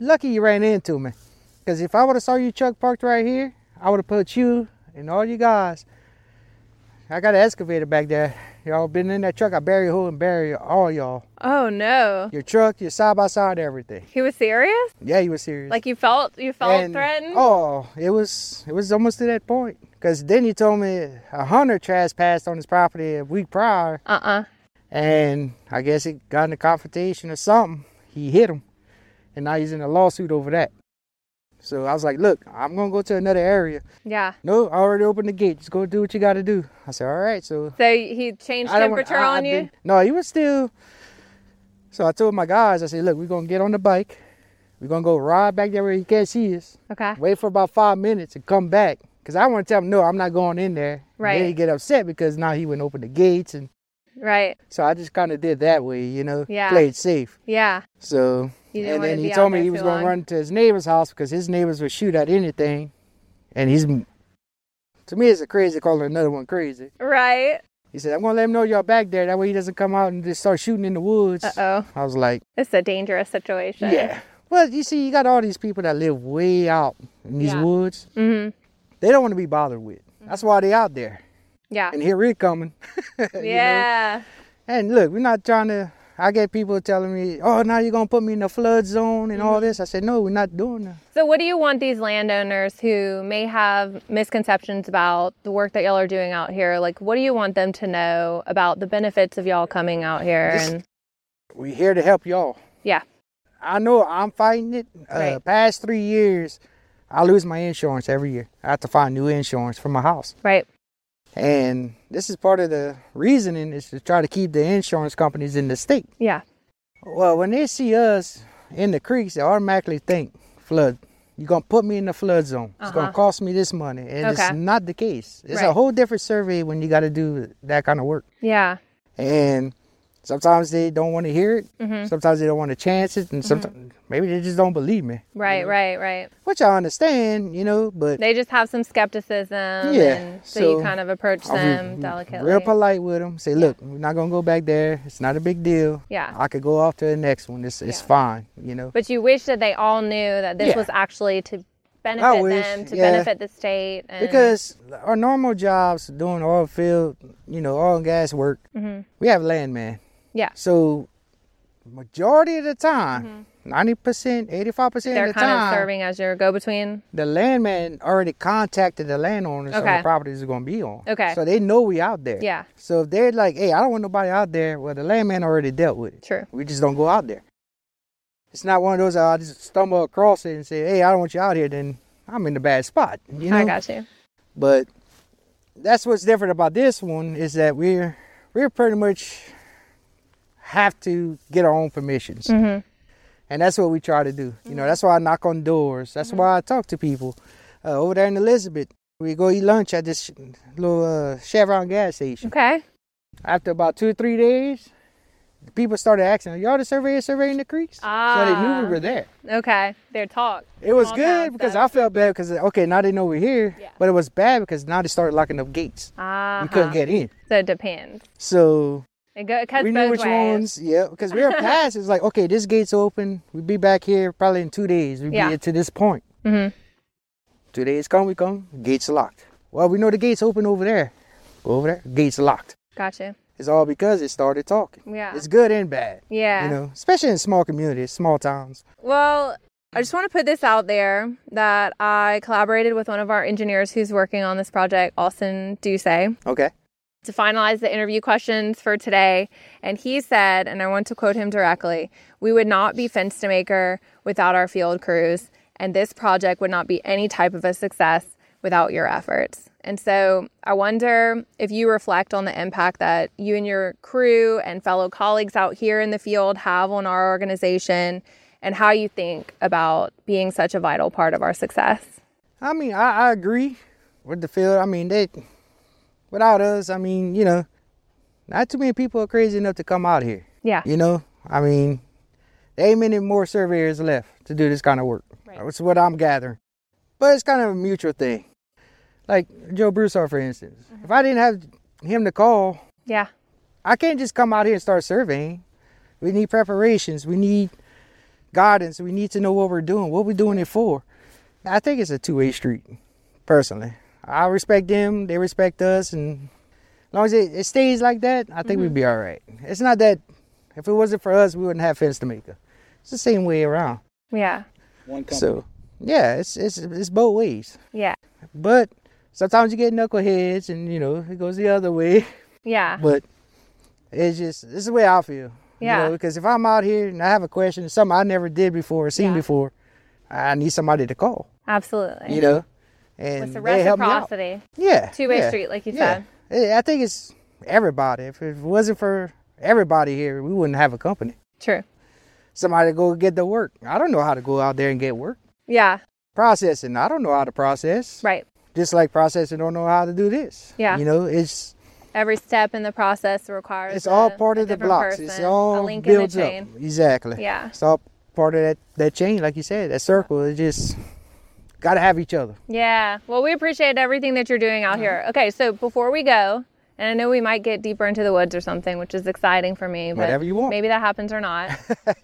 C: lucky you ran into me. Because if I would have saw you truck parked right here, I would have put you and all you guys. I got an excavator back there. Y'all been in that truck, I bury who and bury all y'all.
B: Oh no.
C: Your truck, your side by side, everything.
B: He was serious?
C: Yeah, you were serious.
B: Like you felt you felt
C: And-
B: threatened?
C: Oh, it was it was almost to that point. Cause then he told me a hunter trespassed on his property a week prior
B: Uh-uh.
C: and I guess it got in a confrontation or something. He hit him, and now he's in a lawsuit over that. So I was like, "Look, I'm gonna go to another area."
B: Yeah.
C: No, I already opened the gate. Just go do what you gotta do. I said, "All right." So
B: So he changed
C: I don't wanna-
B: temperature
C: I- I
B: on you?
C: didn't- No, he was still. So I told my guys, I said, "Look, we're gonna get on the bike. We're gonna go ride back there where he can't see us.
B: Okay.
C: Wait for about five minutes and come back, cause I want to tell him, no, I'm not going in there." And then
B: Right.
C: he get upset because now he wouldn't open the gates and.
B: Right.
C: So I just kind of did that way, you know,
B: Yeah.
C: played safe.
B: Yeah.
C: So,
B: You didn't
C: and
B: wanna
C: then he
B: be
C: told
B: out
C: me
B: there
C: he was
B: too
C: going
B: long.
C: to run to his neighbor's house because his neighbors would shoot at anything. And he's, to me, it's a crazy calling another one crazy.
B: Right.
C: He said, I'm going to let him know y'all back there. That way he doesn't come out and just start shooting in the woods.
B: Uh-oh.
C: I was like,
B: It's a dangerous situation.
C: yeah. Well, you see, you got all these people that live way out in these
B: Yeah.
C: woods.
B: Mhm.
C: They don't want to be bothered with. That's why they out there.
B: Yeah.
C: And here we're coming.
B: Yeah.
C: And look, we're not trying to. I get people telling me, "Oh, now you're gonna put me in the flood zone and all this." I said, "No, we're not doing that."
B: So what do you want these landowners who may have misconceptions about the work that y'all are doing out here? Like what do you want them to know about the benefits of y'all coming out here
C: Just-
B: and
C: We're here to help y'all.
B: yeah.
C: I know I'm fighting it. Uh,
B: Right.
C: past three years, I lose my insurance every year. I have to find new insurance for my house,
B: Right.
C: and this is part of the reasoning is to try to keep the insurance companies in the state.
B: Yeah.
C: Well, when they see us in the creeks, they automatically think flood. You're gonna put me in the flood zone. It's gonna
B: Uh-huh.
C: cost me this money, and it's
B: Okay.
C: not the case. It's a
B: Right.
C: whole different survey when you got to do that kind of work.
B: Yeah.
C: and sometimes they don't want to hear it.
B: Mm-hmm.
C: Sometimes they don't want to chance it, and sometimes maybe they just don't believe me,
B: Right, right, right.
C: which I understand, you know. But
B: They just have some skepticism.
C: Yeah,
B: And so,
C: so
B: you kind of approach
C: I'll be
B: them delicately.
C: real polite with them. Say, look, we're not gonna go back there. It's not a big deal.
B: Yeah.
C: I could go off to the next one. It's it's fine, you know.
B: But you wish that they all knew that this
C: Yeah.
B: was actually to
C: I
B: benefit
C: wish,
B: them, to
C: yeah.
B: benefit the state. And,
C: because our normal jobs doing oil field, you know, oil and gas work,
B: Mm-hmm.
C: we have landman.
B: yeah,
C: So majority of the time, 90%,
B: Mm-hmm.
C: 85%
B: they're
C: of the
B: kind
C: time,
B: of serving as your go-between.
C: the landman already contacted the landowners on
B: Okay.
C: the properties are going to be on.
B: Okay.
C: So they know we out there.
B: Yeah.
C: So if they're like, hey, I don't want nobody out there, well, the landman already dealt with it.
B: True.
C: We just don't go out there. It's not one of those "Oh, I just stumble across it and say, hey, I don't want you out here, then I'm in a bad spot. You know?
B: I got you.
C: But that's what's different about this one is that we're we're pretty much have to get our own permissions.
B: Mm. Mm-hmm.
C: And that's what we try to do. You know, that's why I knock on doors. That's
B: Mm-hmm.
C: why I talk to people. Uh, over there in Elizabeth, we go eat lunch at this little uh, Chevron gas station.
B: Okay. Mm-hmm.
C: After about two or three days, the people started asking, "Are y'all the surveyor surveying the creeks?" So they knew
B: Ah.
C: we were there.
B: Okay. Their talk.
C: It was
B: Small
C: good
B: town
C: because
B: stuff.
C: I felt bad because okay, now they know we're here.
B: Yeah.
C: But it was bad because now they started locking up gates.
B: Ah.
C: We couldn't get in.
B: So it depends.
C: So
B: It, go, it cuts
C: we knew
B: both
C: which
B: ways.
C: ones. Yeah, because
B: [laughs]
C: we were past. It's like okay, this gate's open. We'll be back here probably in two days. We'll
B: Yeah.
C: be to this point.
B: Mhm.
C: Two days come, we come. Gates locked. Well, we know the gates open over there. Go over there. Gates locked.
B: Gotcha.
C: It's all because it started talking.
B: Yeah.
C: It's good and bad.
B: Yeah.
C: You know, especially in small communities, small towns.
B: Well, I just want to put this out there that I collaborated with one of our engineers who's working on this project, Austin Ducey.
C: Okay.
B: to finalize the interview questions for today. And he said, and I want to quote him directly we would not be Fence to Maker without our field crews, and this project would not be any type of a success without your efforts. And so I wonder if you reflect on the impact that you and your crew and fellow colleagues out here in the field have on our organization and how you think about being such a vital part of our success.
C: I mean, I, I agree with the field. I mean, they without us, I mean, you know, not too many people are crazy enough to come out here.
B: Yeah.
C: You know, I mean, there ain't many more surveyors left to do this kind of work.
B: Right.
C: That's what I'm gathering. But it's kind of a mutual thing. Like Joe Broussard, for instance.
B: Mm-hmm.
C: If I didn't have him to call,
B: Yeah.
C: I can't just come out here and start surveying. We need preparations. We need guidance. We need to know what we're doing, what we're doing it for. I think it's a two way street, personally. I respect them, they respect us, and as long as it, it stays like that, I think we'd be all right. It's not that if it wasn't for us, we wouldn't have fence to make. It's the same way around.
B: Yeah.
D: One company.
C: So, yeah, it's, it's, it's both ways.
B: Yeah.
C: But sometimes you get knuckleheads, and you know, it goes the other way. [laughs]
B: Yeah.
C: But it's just this is the way I feel.
B: Yeah.
C: You know, because if I'm out here and I have a question, something I never did before, or seen
B: Yeah.
C: before, I need somebody to call.
B: Absolutely.
C: You know, and
B: it's a
C: they help me out.
B: reciprocity.
C: Yeah.
B: Two-way
C: yeah,
B: street, like you
C: yeah. said. I think it's everybody. If it wasn't for everybody here, we wouldn't have a company.
B: True.
C: Somebody to go get the work. I don't know how to go out there and get work.
B: Yeah.
C: Processing. I don't know how to process.
B: Right.
C: Just like processing don't know how to do this.
B: Yeah.
C: You know, it's
B: Every step in the process requires.
C: It's
B: a-
C: all part
B: a
C: of the
B: different
C: blocks.
B: Person,
C: it's all
B: a link
C: builds
B: in the chain.
C: up. Exactly.
B: Yeah.
C: It's all part of that, that chain, like you said, that circle. It just gotta have each other.
B: Yeah. Well, we appreciate everything that you're doing out here. Okay, so before we go, and I know we might get deeper into the woods or something, which is exciting for me. But
C: Whatever you want.
B: Maybe that happens or
C: [laughs]
B: not.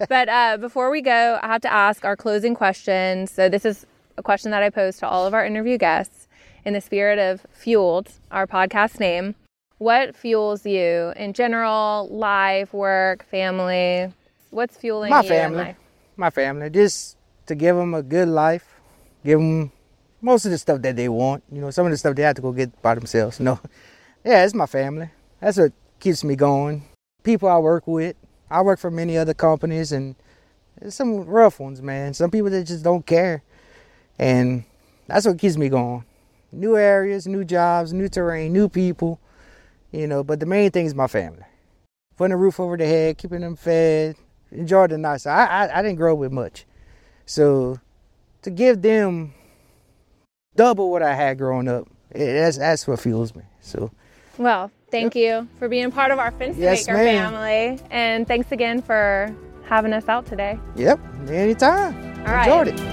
B: but uh, before we go, I have to ask our closing question. So this is a question that I pose to all of our interview guests in the spirit of fueled, our podcast name. What fuels you in general, life, work, family? What's fueling
C: My
B: you in
C: family,
B: life?
C: my family, just to give them a good life, give them most of the stuff that they want. You know, some of the stuff they have to go get by themselves. No, [laughs] yeah, it's my family. That's what keeps me going. People I work with. I work for many other companies, and there's some rough ones, man. Some people that just don't care, and that's what keeps me going. New areas, new jobs, new terrain, new people. You know, but the main thing is my family putting a roof over their head, keeping them fed, enjoy the night. So I, I, I didn't grow up with much. So to give them double what I had growing up, it, that's, that's what fuels me. So
B: Well, thank you for being part of our Fence
C: Yes,
B: Maker
C: ma'am.
B: family. And thanks again for having us out today.
C: yep, anytime.
B: All right.
C: Enjoyed it.